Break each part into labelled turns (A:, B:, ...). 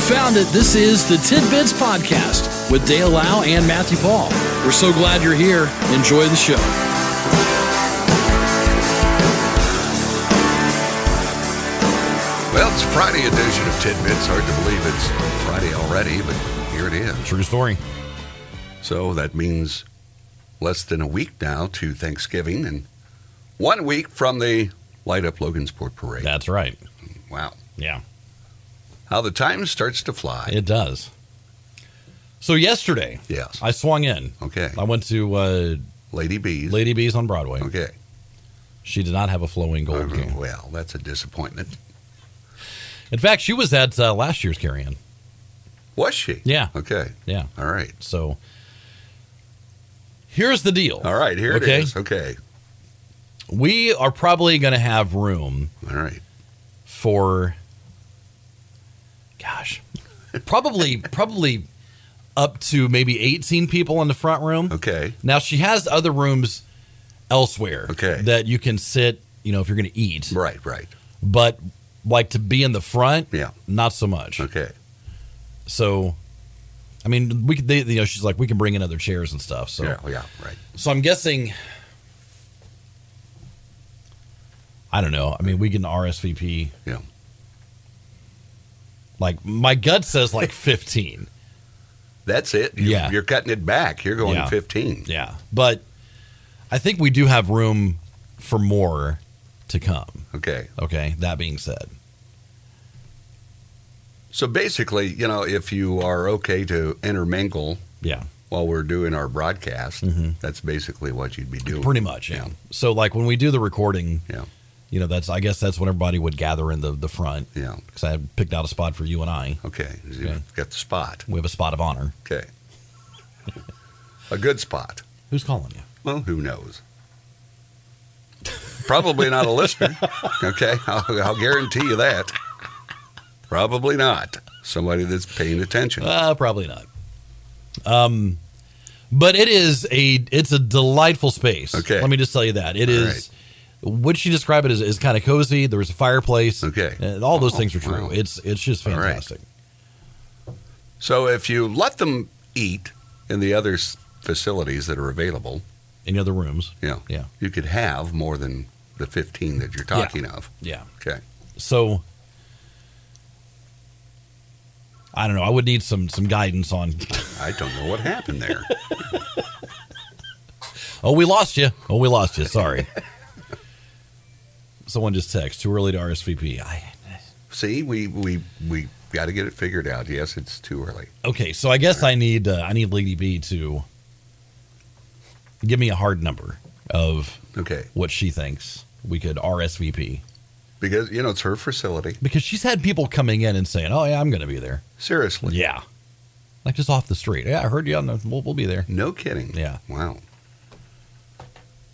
A: found it. This is the Tidbits Podcast with Dale Lau and Matthew Paul. We're so glad you're here. Enjoy the show.
B: Well, it's Friday edition of Tidbits. Hard to believe it's Friday already, but here it is.
C: True story.
B: So that means less than a week now to Thanksgiving and one week from the Light Up Logansport Parade.
C: That's right.
B: Wow.
C: Yeah,
B: How the time starts to fly.
C: it does. So yesterday,
B: yes.
C: I swung in.
B: Okay.
C: I went to uh,
B: Lady Bees.
C: Lady Bees on Broadway.
B: Okay.
C: She did not have a flowing gold
B: Uh,
C: cane.
B: Well, that's a disappointment.
C: In fact, she was at uh, last year's carry-in.
B: Was she?
C: Yeah,
B: Okay.
C: yeah.
B: All right.
C: So here's the deal.
B: All right. Here
C: Okay.
B: it is. Okay.
C: We are probably going to have room
B: All right.
C: for, gosh, probably probably up to maybe 18 people in the front room.
B: Okay.
C: Now she has other rooms elsewhere
B: Okay.
C: that you can sit, you know, if you're going to eat.
B: Right. Right.
C: But like to be in the front,
B: Yeah.
C: not so much.
B: Okay.
C: So I mean, we could they, you know, she's like we can bring in other chairs and stuff. So
B: Yeah. Yeah. Right.
C: so I'm guessing I don't know. I mean, we can RSVP.
B: Yeah.
C: Like my gut says like 15.
B: That's it. You-
C: Yeah.
B: You're cutting it back. You're going
C: Yeah.
B: 15.
C: yeah. But I think we do have room for more to come.
B: Okay.
C: Okay? That being said.
B: So basically, you know, if you are okay to intermingle
C: Yeah.
B: while we're doing our broadcast,
C: Mhm.
B: that's basically what you'd be doing.
C: Pretty much, yeah.
B: Yeah.
C: So like when we do the recording,
B: Yeah.
C: you know, that's I guess that's when everybody would gather in the the front
B: Yeah.
C: because I had picked out a spot for you and I.
B: Okay. You've
C: Okay.
B: got the spot.
C: We have a spot of honor.
B: Okay. A good spot.
C: Who's calling you?
B: Well, who knows? Probably not a listener. Okay. I'll, I'll guarantee you that. Probably not. Somebody that's paying attention.
C: Uh, probably not. Um, but it is a it's a delightful space.
B: Okay.
C: let me just tell you that it is. Would you describe it as? Is kind of cozy. There was a fireplace.
B: Okay.
C: and all those
B: Oh,
C: things are true.
B: wow.
C: It's it's just
B: All right.
C: fantastic.
B: So if you let them eat in the other s- facilities that are available,
C: Any other rooms?
B: Yeah.
C: Yeah.
B: You could have more than the 15 that you're talking of.
C: Yeah.
B: Okay.
C: So I don't know. I would need some some guidance on.
B: I don't know what happened there.
C: Oh, we lost you. Oh, we lost you. Sorry. Someone just texted too early to RSVP. I,
B: See, we we we got to get it figured out. Yes, it's too early.
C: okay, so I guess I need uh, I need Lady B to give me a hard number of
B: Okay.
C: what she thinks we could RSVP
B: Because you know, it's her facility.
C: because she's had people coming in and saying, "Oh yeah, I'm going to be there."
B: Seriously.
C: Yeah, like just off the street. Yeah, I heard you on the. We'll, we'll be there.
B: No kidding.
C: Yeah.
B: Wow.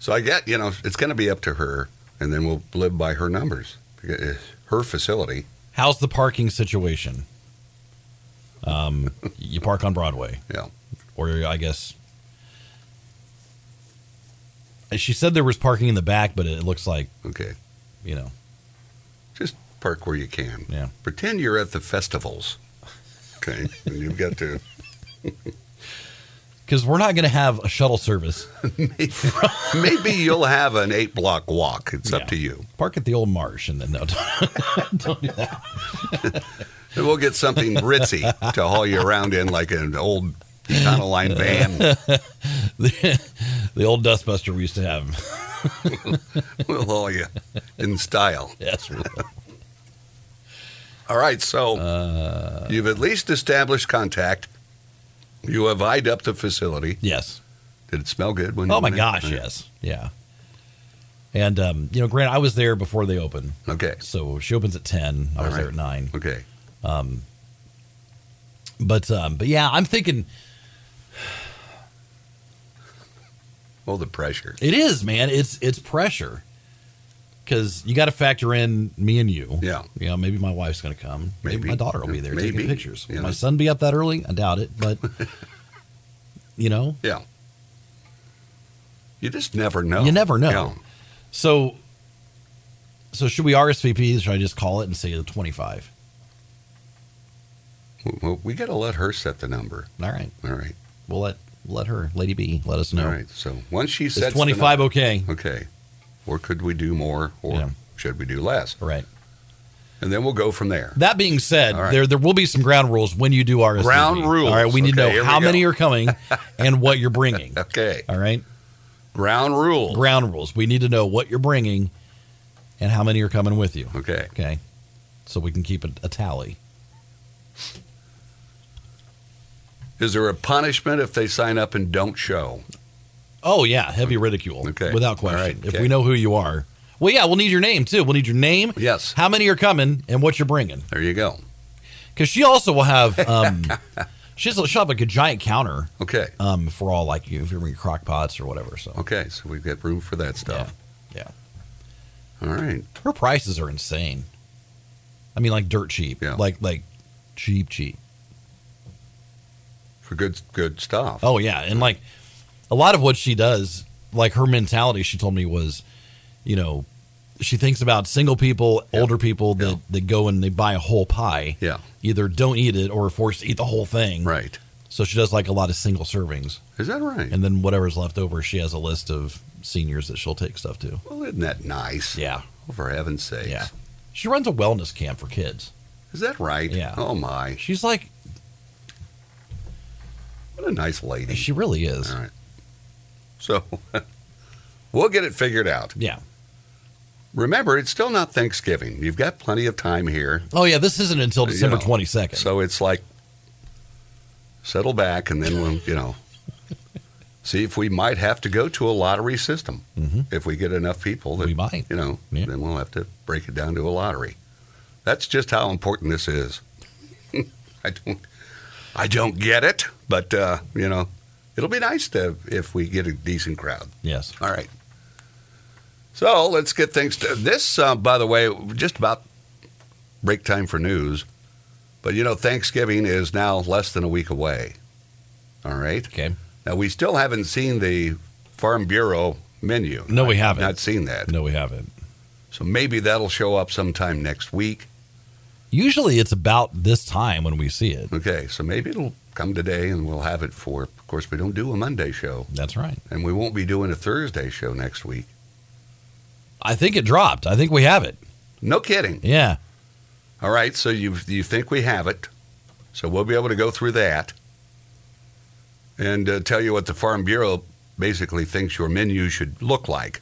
B: So I get, you know, it's going to be up to her and then we'll live by her numbers. Because it's Her facility.
C: How's the parking situation? Um, you park on Broadway,
B: Yeah.
C: or I guess. She said there was parking in the back, but it looks like
B: Okay.
C: you know.
B: Just park where you can.
C: Yeah.
B: Pretend you're at the festivals. Okay. and you've got to
C: because we're not going to have a shuttle service.
B: Maybe you'll have an eight block walk. It's
C: Yeah.
B: up to you.
C: Park at the old marsh, and then no, don't, don't do that.
B: And we'll get something ritzy to haul you around in like an old Econoline van.
C: The, the old dustbuster we used to have.
B: We'll haul you in style.
C: Yes, we will.
B: All right, so
C: Uh.
B: you've at least established contact. You have eyed up the facility.
C: yes.
B: Did it smell good when you
C: Oh my
B: went in? Uh,
C: gosh,
B: Yeah.
C: yes, yeah. And um, you know, Grant, I was there before they opened,
B: Okay.
C: so she opens at ten. I
B: All
C: was
B: right.
C: there at nine,
B: Okay.
C: but um, but yeah, I'm thinking
B: Oh, the pressure.
C: it is, man. It's it's pressure because you got to factor in me and you.
B: Yeah.
C: You know, maybe my wife's going to come. Maybe.
B: Maybe.
C: my daughter will be there
B: Maybe.
C: taking pictures. Will
B: Yeah.
C: My son be up that early? I doubt it, but you know,
B: Yeah. You just never know.
C: You never know.
B: Yeah.
C: so so should we RSVP? Should I just call it and say the twenty five?
B: Well, we got to let her set the number.
C: All right.
B: All right.
C: We'll let let her, Lady B, let us know.
B: All right. So once she
C: Is
B: sets the
C: 25 okay?
B: number- okay. Or could we do more? Or
C: Yeah.
B: should we do less?
C: All right.
B: And then we'll go from there.
C: That being said,
B: All right.
C: there there will be some ground rules when you do RSVP.
B: Ground rules.
C: All right, we need
B: Okay,
C: to
B: here
C: know
B: we
C: how many
B: go.
C: are coming and what you're bringing.
B: Okay.
C: All right,
B: Ground rules.
C: ground rules. We need to know what you're bringing and how many are coming with you.
B: Okay.
C: Okay, so we can keep a, a tally.
B: Is there a punishment if they sign up and don't show?
C: Oh yeah, heavy ridicule.
B: Okay.
C: without
B: All right,
C: question. If
B: okay.
C: we know who you are, well, yeah, we'll need your name too. We'll need your name.
B: Yes.
C: How many are coming and what you're bringing?
B: There you go.
C: Because she also will have um, she's she'll have like a giant counter
B: Okay.
C: um for all like you if you're bringing crock pots or whatever. So
B: Okay. So we've got room for that
C: yeah,
B: stuff.
C: yeah.
B: All right.
C: Her prices are insane. I mean, like dirt cheap.
B: Yeah.
C: Like like cheap cheap.
B: For good good stuff.
C: Oh yeah, and like a lot of what she does, like her mentality, she told me was, you know, she thinks about single people, older people that that go and they buy a whole pie.
B: Yeah.
C: Either don't eat it or are forced to eat the whole thing.
B: Right.
C: So she does like a lot of single servings,
B: Is that right?
C: and then whatever's left over, she has a list of seniors that she'll take stuff to.
B: well, isn't that nice?
C: Yeah,
B: Oh, for heaven's sakes.
C: yeah. She runs a wellness camp for kids.
B: Is that right?
C: Yeah.
B: Oh my.
C: She's like,
B: What a nice lady.
C: she really is.
B: All right. So we'll get it figured out.
C: Yeah.
B: Remember, it's still not Thanksgiving. You've got plenty of time here.
C: Oh yeah, this isn't until December
B: You know,
C: twenty second.
B: So it's like settle back and then we'll, you know, see if we might have to go to a lottery system.
C: Mhm.
B: If we get enough people that
C: we might.
B: you know,
C: Yeah.
B: then we'll have to break it down to a lottery. That's just how important this is. I don't, I don't get it, but uh, you know, it'll be nice to if we get a decent crowd.
C: Yes.
B: All right. So let's get things to this. Uh, by the way, just about break time for news, but you know, Thanksgiving is now less than a week away. All right.
C: Okay.
B: Now we still haven't seen the Farm Bureau menu.
C: No, we
B: I've
C: haven't.
B: Not seen that.
C: No, we haven't.
B: So maybe that'll show up sometime next week.
C: Usually it's about this time when we see it.
B: Okay, so maybe it'll come today and we'll have it for. Of course, we don't do a Monday show,
C: That's right.
B: and we won't be doing a Thursday show next week.
C: I think it dropped. I think we have it.
B: No kidding.
C: Yeah.
B: All right, so you you think we have it? So we'll be able to go through that and uh, tell you what the Farm Bureau basically thinks your menu should look like.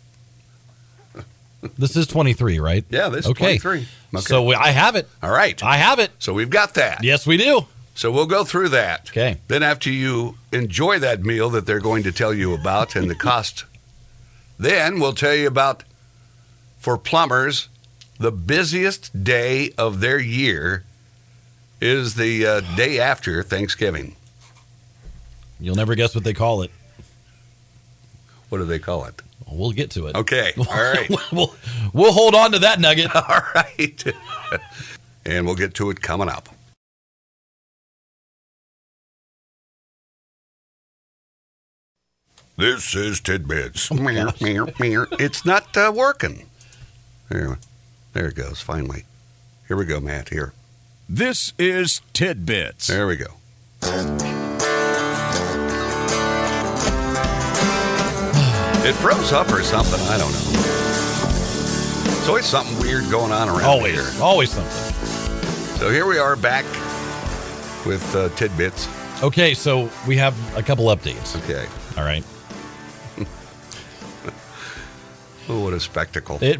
C: This is 23, right?
B: Yeah, this
C: Okay.
B: is 23. Okay.
C: So we, I have it.
B: all right.
C: I have it.
B: So we've got that.
C: Yes, we do.
B: So we'll go through that.
C: Okay.
B: Then after you enjoy that meal that they're going to tell you about and the cost, then we'll tell you about for plumbers, the busiest day of their year is the uh, day after Thanksgiving.
C: You'll never guess what they call it.
B: What do they call it?
C: We'll get to it.
B: Okay. All right.
C: we'll, we'll hold on to that nugget.
B: All right. and we'll get to it coming up. This is Tidbits. Meow, meow, meow. it's not uh, working. There, there it goes, finally. Here we go, Matt. Here.
D: This is Tidbits.
B: There we go. It froze up or something. I don't know. There's always something weird going on around here.
C: Always. Always something.
B: So here we are back with uh, tidbits.
C: Okay, so we have a couple updates.
B: Okay.
C: All right.
B: Oh, what a spectacle.
C: It,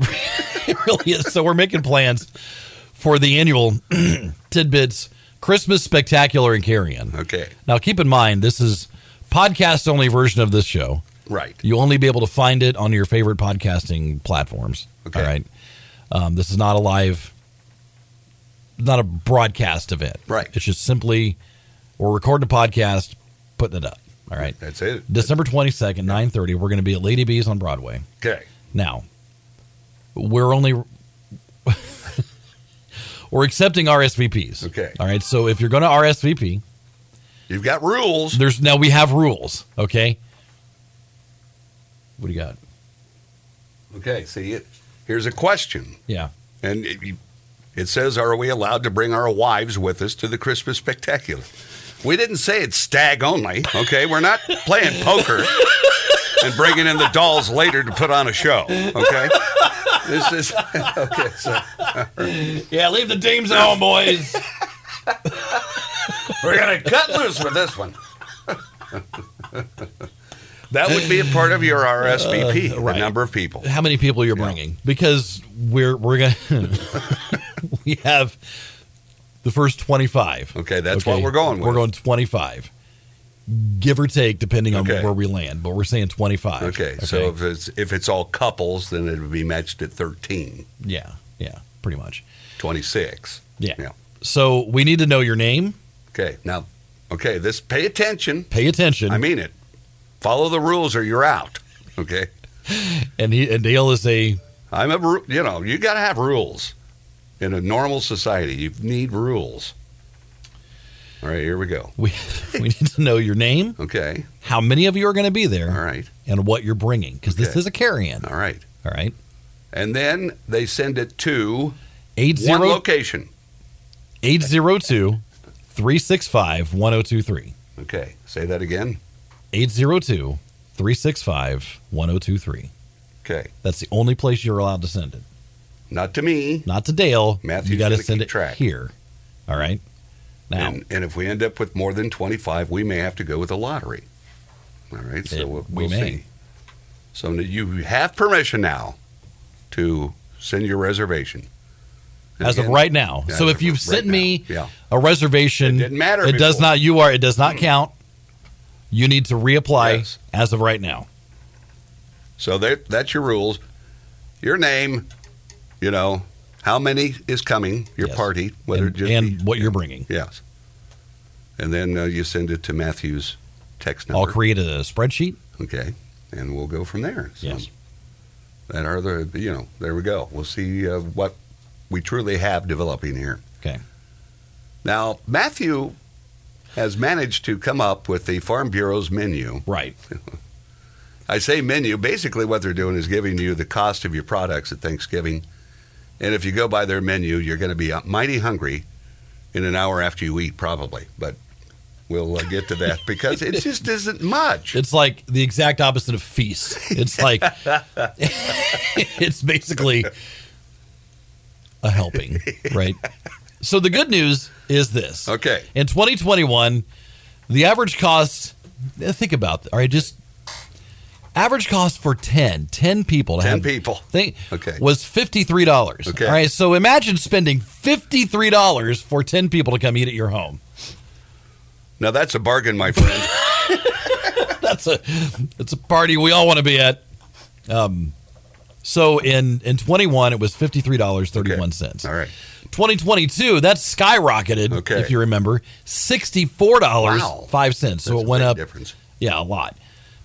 C: it really is. So we're making plans for the annual Tidbits Christmas Spectacular and Carrion.
B: Okay.
C: Now keep in mind this is podcast only version of this show.
B: Right.
C: You'll only be able to find it on your favorite podcasting platforms.
B: Okay.
C: All right. Um, this is not a live, not a broadcast event.
B: Right.
C: It's just simply we're recording a podcast, putting it up. All right.
B: That's it.
C: December twenty second, nine thirty. We're going to be at Lady B's on Broadway.
B: Okay.
C: Now, we're only we're accepting RSVPs.
B: Okay.
C: All right. So if you're going to RSVP,
B: You've got rules.
C: there's now we have rules. Okay. What do you got?
B: Okay. See, it, here's a question.
C: Yeah.
B: And it, you, It says, Are we allowed to bring our wives with us to the Christmas spectacular? We didn't say it's stag only, okay? We're not playing poker and bringing in the dolls later to put on a show, okay? This is, okay, so
C: Yeah, leave the dames at home, boys.
B: we're going to cut loose with this one. that would be a part of your RSVP,
C: Uh, right.
B: the number of people.
C: How many people you're bringing? Because we're we're gonna we have the first 25.
B: Okay, that's what we're going with.
C: We're going 25, give or take, depending on
B: Okay.
C: where we land. But we're saying 25.
B: Okay, so if it's if it's all couples, then it would be matched at 13,
C: yeah, yeah, pretty much.
B: 26.
C: Yeah.
B: Yeah.
C: So we need to know your name.
B: Okay, now, okay, this pay attention.
C: Pay attention.
B: I mean it. Follow the rules or you're out. Okay,
C: and he and Dale is a
B: I'm a ru- you know you got to have rules in a normal society. You need rules. All right, here we go.
C: we we need to know your name,
B: Okay,
C: how many of you are going to be there,
B: all right,
C: and what you're bringing because this
B: Okay.
C: is a carry-in.
B: all right,
C: All right.
B: and then they send it to
C: Eight
B: one
C: zero
B: location.
C: 802 365 1023.
B: Okay, say that again.
C: 802 365 1023.
B: Okay,
C: That's the only place you're allowed to send it.
B: not to me.
C: Not to Dale.
B: Matthew's
C: you got to
B: gonna
C: send
B: keep
C: it
B: track.
C: here. All right. Now,
B: And, and if we end up with more than 25, we may have to go with a lottery. All right, so
C: It-
B: we'll,
C: we
B: we'll
C: may.
B: see. So n- you have permission now to send your reservation. And
C: as of
B: again,
C: right now.
B: as
C: So
B: of
C: if you've
B: right
C: sent
B: now,
C: me
B: yeah.
C: a reservation,
B: It didn't matter
C: It does
B: before. Hmm.
C: not. You are. It does not count. You need to reapply
B: Yes.
C: as of right now.
B: So that that's your rules. Your name, you know, how many is coming, your
C: Yes.
B: party, whether
C: and,
B: it just
C: and
B: be-
C: what you're bringing.
B: Yes. And then uh, you send it to Matthew's text number.
C: I'll create a spreadsheet.
B: Okay, and we'll go from there. So
C: Yes.
B: That are the you know there we go. We'll see uh, what we truly have developing here.
C: Okay.
B: Now Matthew has managed to come up with the Farm Bureau's menu.
C: Right.
B: I say menu. Basically, what they're doing is giving you the cost of your products at Thanksgiving, and if you go by their menu, you're going to be mighty hungry in an hour after you eat, probably. But we'll uh, get to that because it just isn't much.
C: It's like the exact opposite of feast. It's like it's basically a helping, right? So the good news is this.
B: Okay.
C: In 2021, the average cost eh, think about all right, just average cost for 10, 10 people to
B: 10
C: have
B: people.
C: think
B: Okay.
C: was $53.
B: Okay.
C: All right, so imagine spending $53 for 10 people to come eat at your home.
B: Now that's a bargain, my friend.
C: that's a that's a party we all want to be at. Um, so in in 21 it was fifty three dollars thirty one cents.
B: All right.
C: 2022 that skyrocketed.
B: Okay.
C: if you remember, sixty four dollars
B: Wow.
C: five cents. So
B: That's
C: it
B: a
C: went
B: big
C: up.
B: Difference.
C: Yeah, a lot.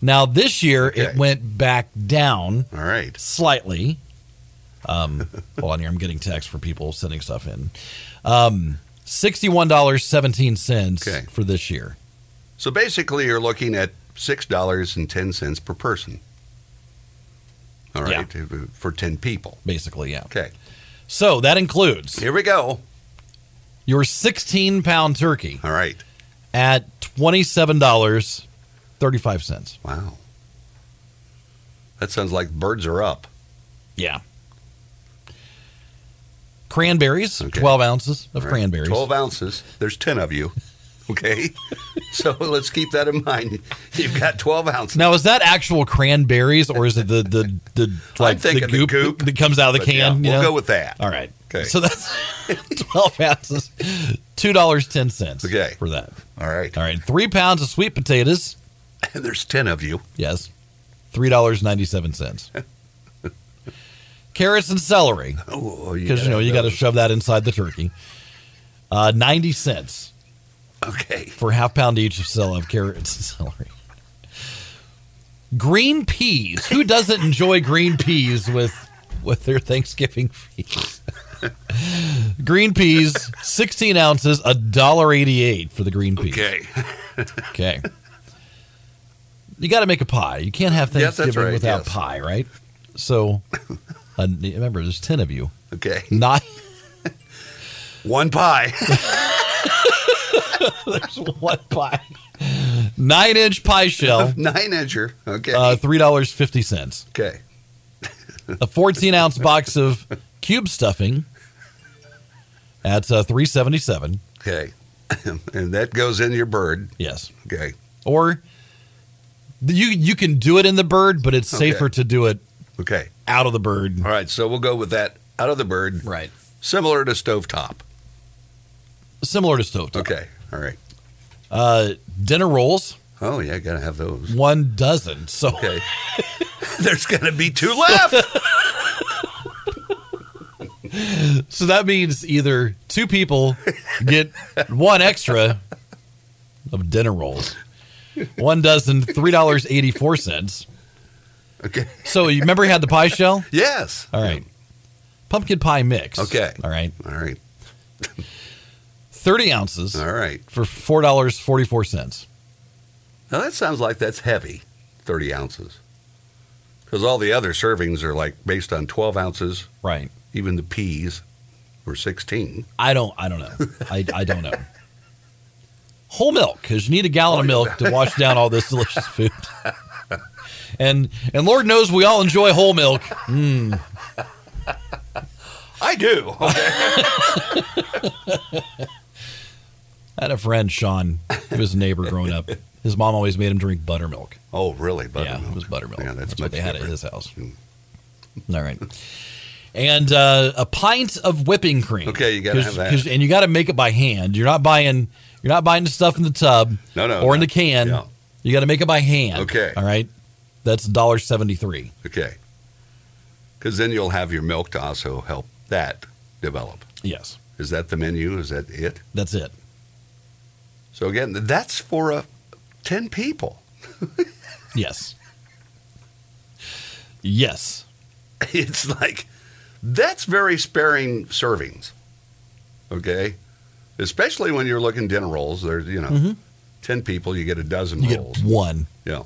C: Now this year it
B: Okay.
C: went back down
B: All right.
C: slightly. Um, hold on here. I'm getting texts for people sending stuff in. Um, sixty-one dollars seventeen cents
B: Okay.
C: for this year.
B: So basically, you're looking at six dollars and ten cents per person. All
C: Yeah.
B: right, uh, for ten people.
C: Basically, yeah.
B: Okay,
C: So that includes
B: here we go.
C: your 16 pound turkey
B: All right.
C: at $27.35.
B: Wow. That sounds like birds are up.
C: Yeah. Cranberries,
B: Okay.
C: 12 ounces of
B: All right.
C: cranberries.
B: Twelve ounces. There's ten of you. Okay, so let's keep that in mind. You've got twelve ounces.
C: Now, is that actual cranberries or is it the, the, the, like the
B: thinking the
C: goop,
B: goop,
C: that- that comes out of the
B: But
C: can?
B: yeah,
C: you
B: we'll
C: know?
B: go with that.
C: All right.
B: Okay.
C: So that's 12 ounces, $2.10
B: Okay.
C: for that.
B: All right.
C: All right. Three pounds of sweet potatoes.
B: And there's ten of you.
C: Yes. $3.97. Carrots and celery.
B: Oh,
C: because you know you got to shove that inside the turkey. Uh, Ninety cents
B: Okay.
C: for half pound each of cell of carrots and celery. Green peas. Who doesn't enjoy green peas with with their Thanksgiving feast? green peas, sixteen ounces, a dollar eighty eight for the green peas.
B: Okay.
C: Okay. You got to make a pie. You can't have
B: Yes, that's
C: Thanksgiving
B: right,
C: without
B: yes.
C: pie, right? So, uh, remember, there's ten of you.
B: Okay.
C: Nine
B: One pie.
C: What pie? Nine inch pie shell,
B: Nine incher. Okay.
C: uh, three dollars fifty cents.
B: okay.
C: A fourteen ounce box of cube stuffing at uh, three seventy seven.
B: Okay. and that goes in your bird.
C: Yes,
B: Okay.
C: or the- you you can do it in the bird, but it's
B: Okay.
C: safer to do it
B: Okay.
C: out of the bird.
B: All right. So we'll go with that out of the bird.
C: Right.
B: Similar to stovetop.
C: Similar to stovetop.
B: Okay. All right.
C: Uh, dinner rolls,
B: Oh, yeah. Got to have those.
C: one dozen. So
B: Okay. There's going to be two left.
C: so that means either two people get one extra of dinner rolls. One dozen, three dollars eighty four cents.
B: Okay.
C: So you remember you had the pie shell?
B: Yes.
C: All right. Pumpkin pie mix.
B: Okay.
C: All right.
B: All right.
C: Thirty ounces
B: All right.
C: for four dollars forty four cents.
B: Now that sounds like that's heavy, 30 ounces. Because all the other servings are like based on 12 ounces,
C: Right.
B: even the peas were 16.
C: I don't I don't know. I, I don't know. Whole milk, because you need a gallon of
B: Oh,
C: milk to wash down all this delicious food. And and Lord knows we all enjoy whole milk.
B: I do.
C: Oh, I had a friend, Sean. He was a neighbor growing up. His mom always made him drink buttermilk.
B: oh, really? Buttermilk.
C: Yeah, it was buttermilk.
B: Yeah,
C: that's,
B: that's,
C: what
B: much
C: they had at
B: different. Hmm.
C: his house. All right. And uh, a pint of whipping cream.
B: Okay, you gotta
C: 'Cause-
B: have that.
C: 'cause- and you got to make it by hand. You're not buying. You're not buying the stuff in the tub.
B: No, no,
C: Or in
B: no.
C: the can.
B: Yeah.
C: You got to make it by hand.
B: Okay.
C: All right. That's dollar seventy three.
B: Okay. Because then you'll have your milk to also help that develop.
C: Yes,
B: Is that the menu? Is that it?
C: that's it.
B: So again, that's for uh, 10 people.
C: Yes. yes.
B: It's like, that's very sparing servings. Okay? Especially when you're looking dinner rolls. There's, you know, 10 people, you get a dozen
C: Mm-hmm. You
B: rolls.
C: get one.
B: Yeah.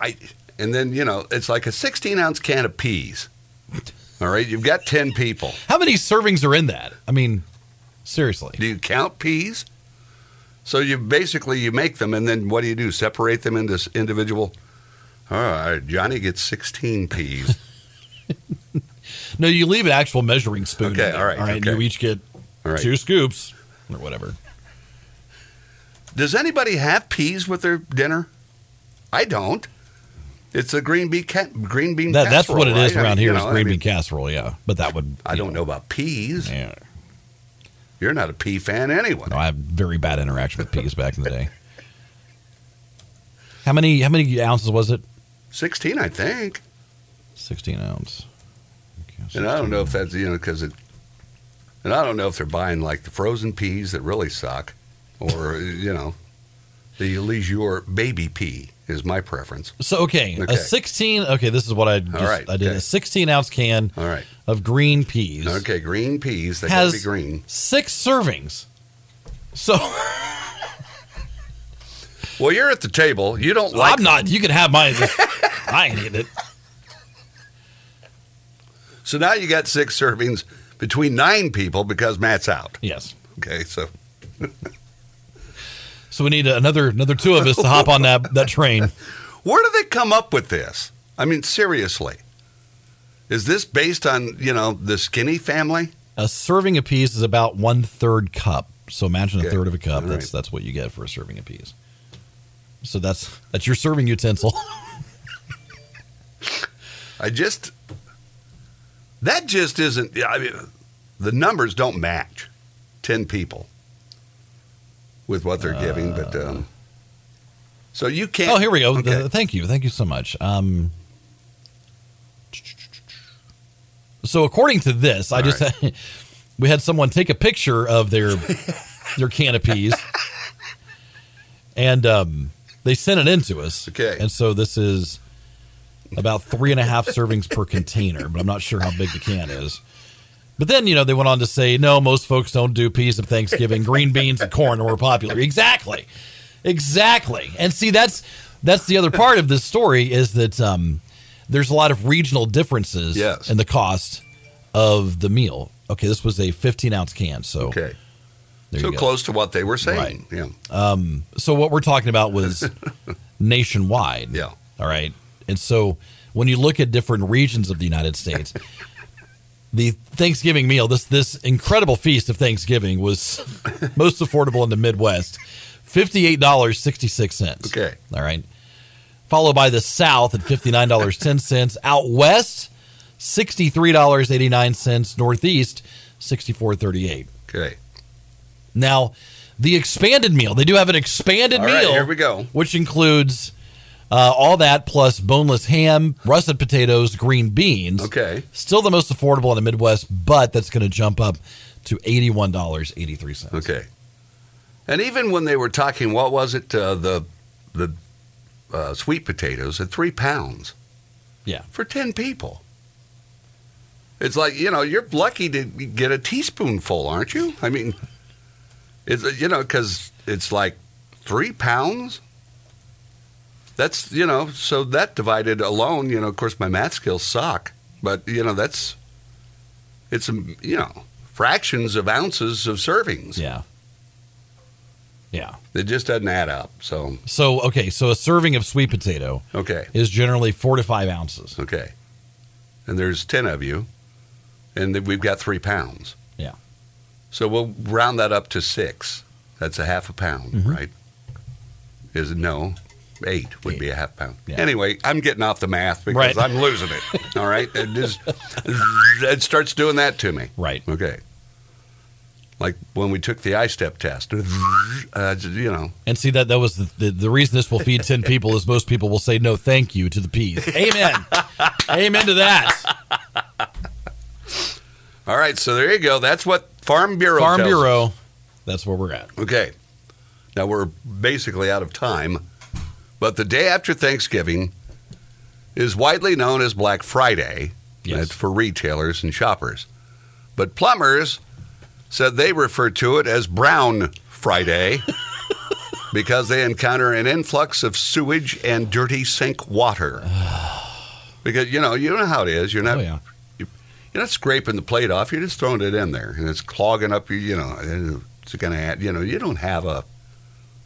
B: I and then you know it's like a 16 ounce can of peas. All right, you've got 10 people.
C: How many servings are in that? I mean, seriously.
B: Do you count peas? So you basically you make them and then what do you do? Separate them into s- individual. All right, Johnny gets 16 peas.
C: No, you leave an actual measuring spoon. in
B: Okay,
C: there,
B: all right,
C: all right. and
B: okay.
C: You each get
B: All right.
C: two scoops or whatever.
B: Does anybody have peas with their dinner? I don't. It's a green bean ca- green bean.
C: That, that's what it
B: casserole,
C: is
B: right? I
C: around
B: mean,
C: here
B: you
C: is
B: know, I
C: green
B: mean,
C: bean casserole. Yeah, but that would
B: I don't know about peas.
C: Yeah.
B: You're not a pea fan anyway.
C: No, I have very bad interaction with peas back in the day. How many? How many ounces was it?
B: 16, I think.
C: Sixteen ounce. Okay,
B: And I don't know if that's you know because it. And I don't know if they're buying like the frozen peas that really suck, or you know, the Leisure baby pea is my preference.
C: So okay,
B: Okay.
C: a sixteen. Okay, this is what I just,
B: All right,
C: I did
B: okay.
C: a sixteen ounce can
B: All right,
C: of green peas.
B: okay, green peas they
C: Has-
B: gotta be green.
C: Six servings. So
B: Well, you're at the table. You don't like.
C: I'm not. You can have mine. I ain't eating it.
B: So now you got six servings between nine people because Matt's out.
C: Yes.
B: Okay, so
C: So we need another another two of us to hop on that that train.
B: where do they come up with this? I mean, seriously, is this based on you know the skinny family?
C: A serving of peas is about one third cup. So imagine a
B: Okay.
C: third of a cup.
B: All
C: That's
B: right.
C: that's what you get for a serving of peas. So that's that's your serving utensil.
B: I just that just isn't. I mean, the numbers don't match. Ten people with what they're giving, but um, so you can't.
C: Uh. Oh, here we go.
B: Okay.
C: Uh, thank you, thank you so much. Um, so according to this, I just we had someone take a picture of their their can of peas, and um, they sent it in to us.
B: Okay.
C: and so this is about three and a half servings per container, but I'm not sure how big the can is. But then you know they went on to say, no, most folks don't do peas at Thanksgiving. Green beans and corn are more popular. Exactly. Exactly. And see, that's that's the other part of this story is that um, there's a lot of regional differences
B: Yes.
C: in the cost of the meal. Okay, this was a 15 ounce can. So
B: Okay.
C: there
B: So
C: you go.
B: close to what they were saying. Yeah.
C: So what we're talking about was nationwide.
B: Yeah.
C: All right. And so when you look at different regions of the United States, the Thanksgiving meal, this this incredible feast of Thanksgiving was most affordable in the Midwest. $58.66.
B: Okay.
C: All right. Followed by the South at $59.10. Out west, $63.89. Northeast, $64.38.
B: Okay.
C: Now, the expanded meal. They do have an expanded
B: All
C: meal.
B: right, here we go.
C: Which includes uh, all that plus boneless ham, russet potatoes, green beans.
B: Okay.
C: Still the most affordable in the Midwest, but that's going to jump up to eighty-one dollars eighty-three cents.
B: Okay. And even when they were talking, what was it? Uh, the the uh, sweet potatoes at three pounds.
C: Yeah.
B: For ten people. It's like you know you're lucky to get a teaspoonful, aren't you? I mean, it's you know because it's like three pounds. That's you know so that divided alone, you know. Of course, my math skills suck, but you know that's it's um, you know fractions of ounces of servings.
C: Yeah. Yeah.
B: It just doesn't add up. So
C: So okay, so a serving of sweet potato
B: okay,
C: is generally four to five ounces.
B: okay, and there's ten of you, and then we've got three pounds.
C: Yeah.
B: So we'll round that up to six. That's a half a pound,
C: Mm-hmm.
B: right? Is it no? Eight would be a half pound.
C: Yeah.
B: Anyway, I'm getting off the math because
C: Right.
B: I'm losing it. All right, it just it starts doing that to me.
C: Right.
B: Okay. Like when we took the I step test, uh, you know,
C: And see that that was the, the, the reason this will feed ten people is most people will say no thank you to the peas. Amen. Amen to that.
B: All right, so there you go. That's what Farm Bureau.
C: Farm
B: tells us.
C: Bureau. That's where we're at.
B: Okay. Now we're basically out of time, but the day after Thanksgiving is widely known as Black Friday.
C: Yes.
B: That's for retailers and shoppers. But plumbers said they refer to it as Brown Friday because they encounter an influx of sewage and dirty sink water. because you know, you know how it is. You're not
C: Oh, yeah.
B: you're not scraping the plate off. You're just throwing it in there, and it's clogging up. You, you know, and it's going to add. You know, you don't have a,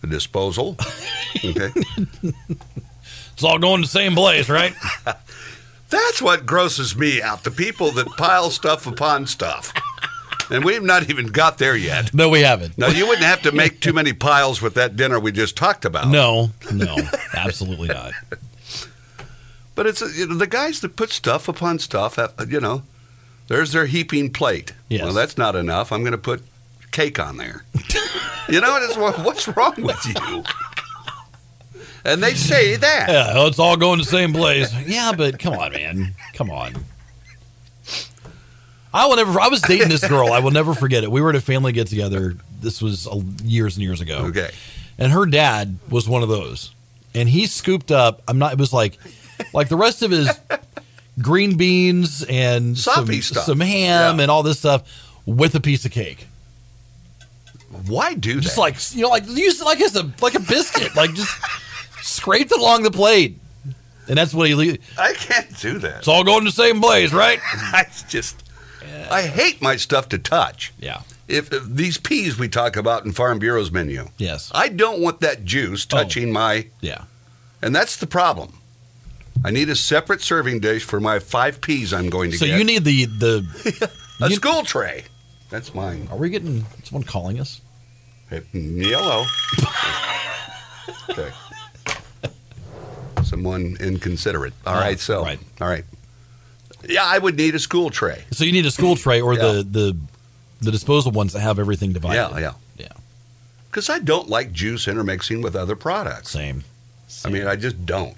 B: a disposal. Okay,
C: It's all going to the same place, right?
B: that's what grosses me out. The people that pile stuff upon stuff, and we've not even got there yet.
C: no, we haven't.
B: Now, you wouldn't have to make too many piles with that dinner we just talked about.
C: No, no, absolutely not.
B: but it's uh, you know the guys that put stuff upon stuff. uh, You know, there's their heaping plate.
C: Yes.
B: Well, that's not enough. I'm going to put cake on there. you know, it's, what- what's wrong with you? And they say that.
C: Yeah, oh, it's all going to the same place. Yeah, but come on, man, come on. I will never. I was dating this girl. I will never forget it. We were at a family get together. This was uh, years and years ago.
B: Okay.
C: and her dad was one of those and he scooped up i'm not it was like like the rest of his green beans and
B: Soppy
C: some,
B: stuff.
C: some ham
B: Yeah.
C: and all this stuff with a piece of cake
B: Why do
C: just
B: that?
C: like you know like used it like as a like a biscuit like just scraped it along the plate and that's what he le- it's
B: I can't do that.
C: all going to the same place right
B: I just, I hate my stuff to touch.
C: yeah
B: If, if these peas we talk about in Farm Bureau's menu,
C: yes
B: I don't want that juice
C: Oh.
B: touching my
C: yeah
B: And that's the problem. I need a separate serving dish for my five peas I'm going to
C: so
B: get.
C: you need the the
B: a
C: you-
B: school tray. That's mine.
C: are we getting someone calling us
B: Hey, Yellow. okay. Someone inconsiderate. All
C: Yeah,
B: right, so.
C: Oh, right.
B: All right. Yeah, I would need a school tray.
C: so you need a school tray or
B: Yeah.
C: the the the disposal ones that have everything divided
B: Yeah, yeah.
C: yeah
B: Because I don't like juice intermixing with other products.
C: same
B: I mean, I just don't.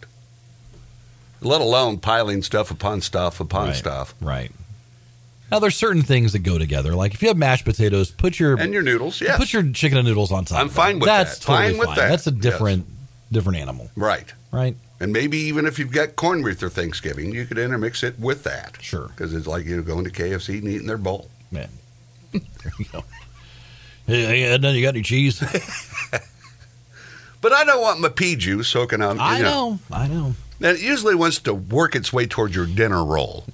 B: Let alone piling stuff upon stuff upon
C: Right.
B: stuff.
C: Right. Now there's certain things that go together. Like if you have mashed potatoes, put your
B: And your noodles, yes.
C: put your chicken and noodles on top.
B: I'm
C: of
B: fine
C: it.
B: with
C: That's
B: that.
C: Totally
B: Fine with that.
C: That's a
B: Yes.
C: different different animal,
B: right.
C: right?
B: And maybe even if you've got corn with your Thanksgiving, you could intermix it with that.
C: Sure.
B: Because it's like you're going to KFC and eating their bowl.
C: Man. there you go. Hey, hey, Edna, you got any cheese?
B: But I don't want my pea juice soaking on.
C: I
B: you
C: know. I know.
B: And it usually wants to work its way towards your dinner roll.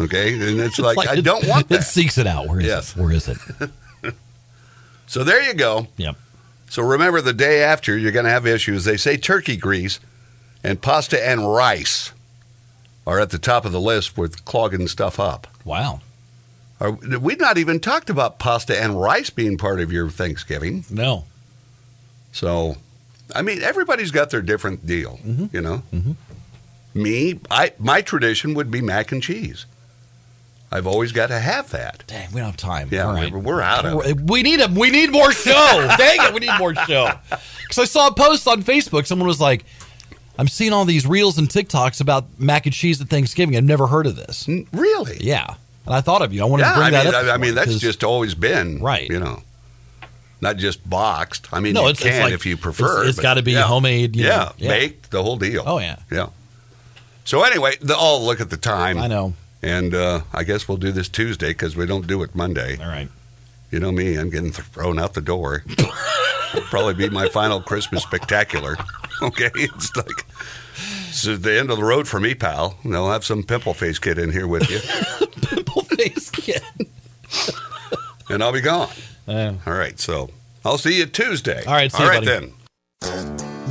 B: Okay, and it's, like, I don't want
C: It
B: that.
C: seeks it out. Where is
B: Yes.
C: it? Where is it?
B: So there you go.
C: Yep.
B: So remember, the day after you're going to have issues. They say turkey grease and pasta and rice are at the top of the list with clogging stuff up.
C: Wow.
B: Are, we've not even talked about pasta and rice being part of your Thanksgiving.
C: No.
B: So, I mean, everybody's got their different deal,
C: Mhm.
B: you know.
C: Mhm.
B: Me, I my tradition would be mac and cheese. I've always got to have that.
C: Dang, we don't have time.
B: Yeah,
C: All right.
B: we're, we're out of it.
C: We need a we need more show. Dang it, we need more show. Because I saw a post on Facebook. Someone was like, "I'm seeing all these reels and TikToks about mac and cheese at Thanksgiving. I've never heard of this."
B: N- Really?
C: Yeah, and I thought of you. I wanted
B: Yeah,
C: to bring
B: I
C: that
B: mean,
C: up.
B: I, I mean, that's
C: 'cause-
B: just always been
C: Right.
B: You know, not just boxed. I mean,
C: No,
B: you
C: it's-
B: can
C: it's like-
B: if you
C: it's-
B: prefer.
C: it's
B: but
C: gotta be homemade, you
B: yeah,
C: know, yeah.
B: baked, the whole deal.
C: Oh, yeah.
B: yeah. So anyway, the, oh, look at the time.
C: I know.
B: And uh, I guess we'll do this Tuesday because we don't do it Monday.
C: All right.
B: You know me, I'm getting thrown out the door. It'll probably be my final Christmas spectacular. Okay, it's like this is the end of the road for me, pal. And I'll have some pimple face kid in here with you,
C: Pimple face kid.
B: and I'll be gone.
C: Uh,
B: All right, so I'll see you Tuesday.
C: All right, see
B: all
C: you,
B: right
C: buddy.
B: then.